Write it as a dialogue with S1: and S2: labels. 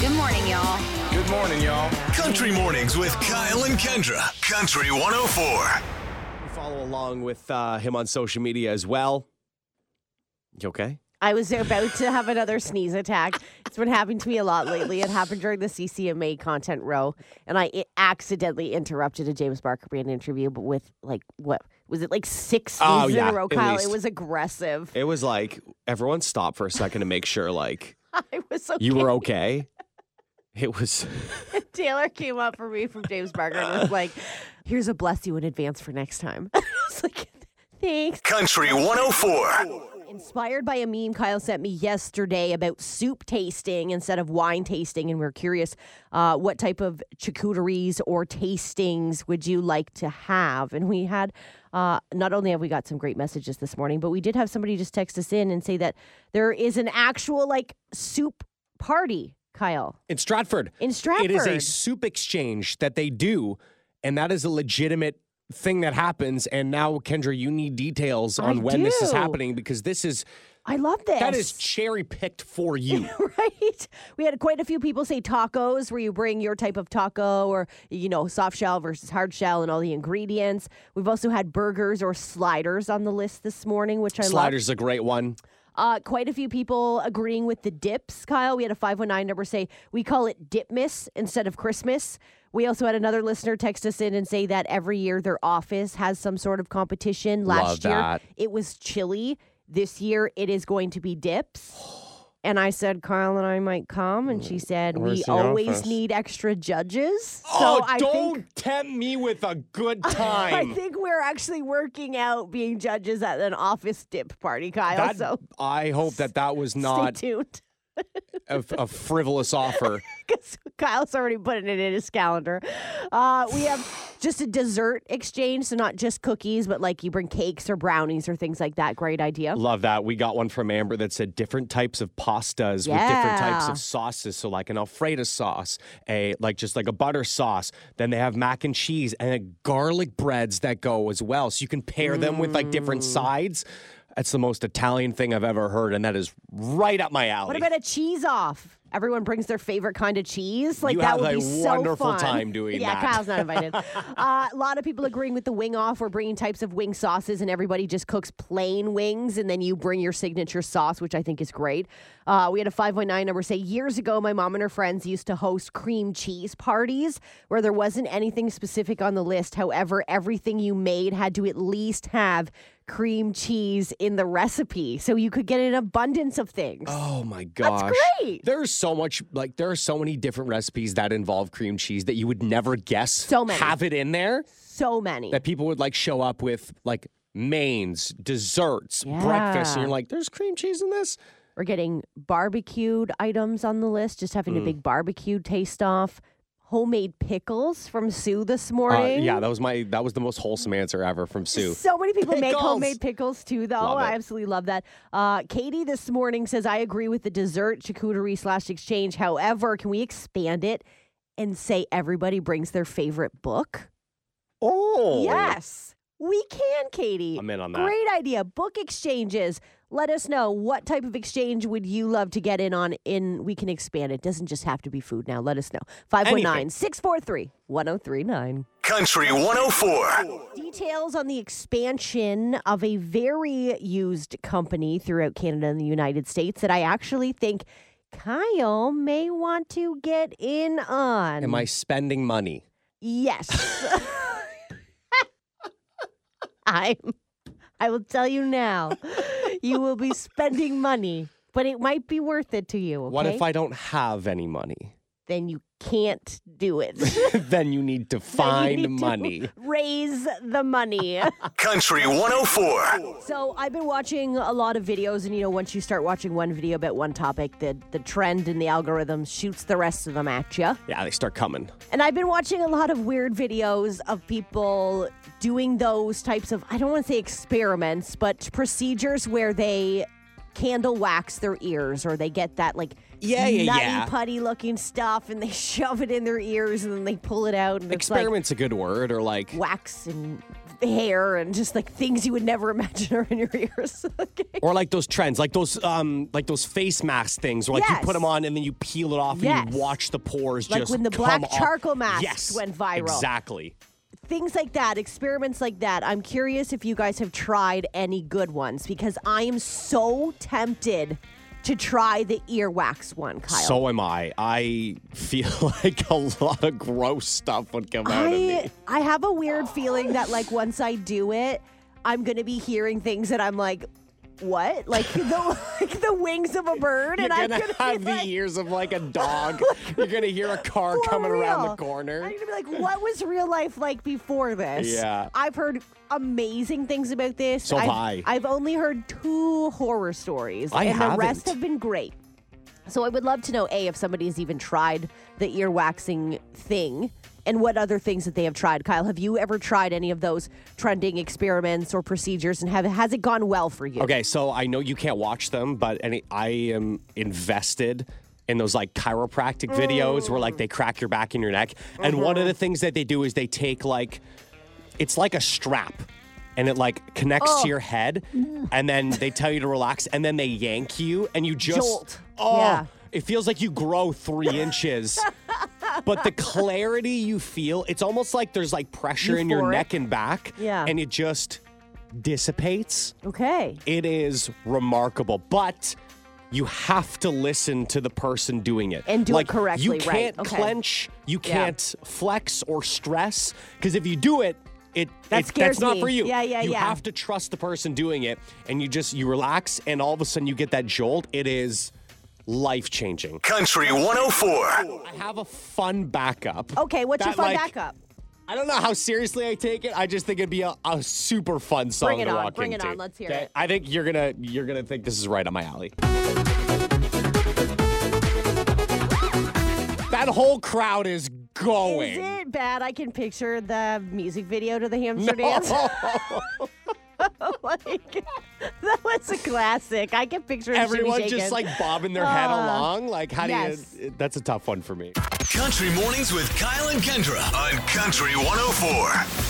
S1: Good morning, y'all.
S2: Good morning, y'all.
S3: Country Mornings with Kyle and Kendra. Country 104.
S4: Follow along with uh, him on social media as well. You okay?
S5: I was about to have another sneeze attack. It's been happening to me a lot lately. It happened during the CCMA content row, and I i- accidentally interrupted a James Barker Band interview, but with like what was it like six sneezes
S4: Oh, yeah,
S5: in a row,
S4: at
S5: Kyle?
S4: least.
S5: It was aggressive.
S4: It was like everyone stopped for a second to make sure, like
S5: I was so
S4: you were okay. It was
S5: Taylor came up for me from James Barker and was like, "Here's a bless you in advance for next time." I was like, "Thanks."
S3: Country 104.
S5: Inspired by a meme Kyle sent me yesterday about soup tasting instead of wine tasting, and we are curious uh, what type of charcuteries or tastings would you like to have? And we had uh, not only have we got some great messages this morning, but we did have somebody just text us in and say that there is an actual like soup party, Kyle,
S4: in Stratford.
S5: in Stratford.
S4: It is a soup exchange that they do, and that is a legitimate thing that happens. And now, Kendra, you need details on
S5: I
S4: when this is
S5: do.
S4: happening because this is
S5: I love this.
S4: that is cherry picked for you.
S5: right? We had quite a few people say tacos, where you bring your type of taco or, you know, soft shell versus hard shell and all the ingredients. We've also had burgers or sliders on the list this morning, which I
S4: Sliders is a great one.
S5: love. Uh, quite a few people agreeing with the dips, Kyle. We had a 519 number say, we call it Dipmas instead of Christmas. We also had another listener text us in and say that every year their office has some sort of competition. Last
S4: Love
S5: year
S4: that.
S5: it was chili. This year it is going to be dips. And I said, Carl and I might come. And
S4: Mm,
S5: she said, we always need extra judges. So
S4: oh,
S5: I
S4: don't
S5: think.
S4: tempt me with a good
S5: I
S4: time.
S5: think we're actually working out being judges at an office dip party, Kyle.
S4: That-
S5: so
S4: I hope that that was not
S5: stay tuned
S4: a, a frivolous offer.
S5: because Kyle's already putting it in his calendar. Uh, we have just a dessert exchange, so not just cookies, but like you bring cakes or brownies or things like that. Great idea.
S4: Love that. We got one from Amber that said different types of pastas with different types
S5: Yeah.
S4: of sauces. So like an Alfredo sauce, a like just like a butter sauce. Then they have mac and cheese and then garlic breads that go as well. So you can pair them with like different sides. That's the most Italian thing I've ever heard, and that is right up my alley.
S5: What about a cheese off? Everyone brings their favorite kind of cheese. Like
S4: You
S5: that
S4: have
S5: would
S4: a
S5: be so
S4: wonderful
S5: fun.
S4: time doing
S5: yeah,
S4: that.
S5: Kyle's not invited. uh, a lot of people agreeing with the wing off. We're bringing types of wing sauces, and everybody just cooks plain wings, and then you bring your signature sauce, which I think is great. Uh, we had a five one nine number say years ago, my mom and her friends used to host cream cheese parties where there wasn't anything specific on the list. However, everything you made had to at least have cream cheese in the recipe, so you could get an abundance of things.
S4: Oh my gosh.
S5: great.
S4: There's so much like there are so many different recipes that involve cream cheese that you would never guess
S5: So many.
S4: have it in there
S5: so many.
S4: that people would like show up with like mains, desserts, breakfast and
S5: Yeah.
S4: you're like there's cream cheese in this?
S5: We're getting barbecued items on the list, just having a
S4: Mm.
S5: big barbecue taste off. Homemade pickles from Sue this
S4: Uh,
S5: morning.
S4: yeah, that was my that was the most wholesome answer ever from Sue.
S5: So many people make
S4: Pickles.
S5: homemade pickles too, though.
S4: Love it.
S5: I absolutely love that. Uh, Katie this morning says, I agree with the dessert charcuterie slash exchange. However, can we expand it and say everybody brings their favorite book?
S4: Oh.
S5: Yes, we can, Katie.
S4: I'm in on that.
S5: Great idea. Book exchanges. Let us know what type of exchange would you love to get in on in we can expand it. Doesn't just have to be food now. Let us know. 519-643-1039.
S3: Country 104.
S5: Details on the expansion of a very used company throughout Canada and the United States that I actually think Kyle may want to get in on.
S4: Am I spending money?
S5: Yes. I'm I will tell you now. You will be spending money, but it might be worth it to you. Okay?
S4: What if I don't have any money?
S5: then you can't do it.
S4: then you need to
S5: Then
S4: find
S5: you need to
S4: money.
S5: raise the money.
S3: Country 104.
S5: so I've been watching a lot of videos, and you know, once you start watching one video about one topic, the the trend and the algorithm shoots the rest of them at you.
S4: Yeah, they start coming.
S5: And I've been watching a lot of weird videos of people doing those types of, I don't want to say experiments, but procedures where they candle wax their ears or they get that like
S4: Yeah, yeah,
S5: nutty
S4: yeah.
S5: putty looking stuff and they shove it in their ears and then they pull it out and
S4: Experiment's a good word or like
S5: it's like wax and hair and just like things you would never imagine are in your ears. okay.
S4: Or like those trends, like those um, like those face mask things, where like
S5: Yes.
S4: you put them on and then you peel it off and
S5: Yes.
S4: you watch the pores
S5: Like
S4: just
S5: when the
S4: come
S5: black
S4: off.
S5: charcoal masks
S4: yes,
S5: went viral.
S4: Exactly.
S5: Things like that, experiments like that. I'm curious if you guys have tried any good ones because I am so tempted to try the earwax one, Kyle.
S4: So am I. I feel like a lot of gross stuff would come out of
S5: I
S4: me.
S5: I have a weird feeling that like once I do it, I'm gonna be hearing things that I'm like, what? Like the like the wings of a bird,
S4: You're
S5: and I'm
S4: gonna
S5: gonna
S4: have
S5: be
S4: the
S5: like,
S4: ears of like a dog. You're gonna hear a car
S5: for
S4: coming around the
S5: real.
S4: corner.
S5: I'm gonna be like, what was real life like before this?
S4: Yeah.
S5: I've heard amazing things about this.
S4: So have
S5: I've-
S4: I.
S5: I've only heard two horror stories,
S4: I
S5: and the
S4: haven't.
S5: rest have been great. So I would love to know a if somebody has even tried the earwaxing thing. And what other things that they have tried, Kyle? Have you ever tried any of those trending experiments or procedures, and have has it gone well for you?
S4: Okay, so I know you can't watch them, but any, I am invested in those like chiropractic videos where like they crack your back and your neck. And one
S5: Mm-hmm.
S4: of the things that they do is they take like it's like a strap and it like connects
S5: Oh.
S4: to your head and then they tell you to relax and then they yank you and you just
S5: Jolt.
S4: oh
S5: Yeah.
S4: it feels like you grow three inches but the clarity you feel it's almost like there's like pressure in your
S5: Euphoric.
S4: neck and back
S5: Yeah.
S4: and it just dissipates
S5: Okay.
S4: it is remarkable, but you have to listen to the person doing it
S5: And do it
S4: like, You
S5: correctly, right,
S4: can't
S5: okay.
S4: clench, you
S5: Yeah.
S4: can't flex or stress because if you do it, it,
S5: That
S4: it-
S5: scares
S4: that's not
S5: me.
S4: for you.
S5: Yeah, yeah,
S4: You
S5: yeah.
S4: have to trust the person doing it, and you just you relax, and all of a sudden you get that jolt. It is life changing.
S3: Country 104.
S4: I have a fun backup.
S5: Okay. What's your
S4: That,
S5: fun
S4: like,
S5: backup?
S4: I don't know how seriously I take it. I just think it'd be a, a super fun song
S5: it
S4: to
S5: on,
S4: walk
S5: bring it
S4: into.
S5: on, let's hear
S4: Okay?
S5: it.
S4: I think you're gonna you're gonna think this is right on my alley. That whole crowd is going.
S5: Is it bad? I can picture the music video to the hamster dance.
S4: Oh,
S5: like, that was a classic. I can picture it
S4: everyone
S5: Jimmy
S4: just
S5: shaking.
S4: like bobbing their head
S5: Ah,
S4: along. Like, how
S5: yes.
S4: do you? That's a tough one for me.
S3: oh Country Mornings with Kyle and Kendra on Country 104.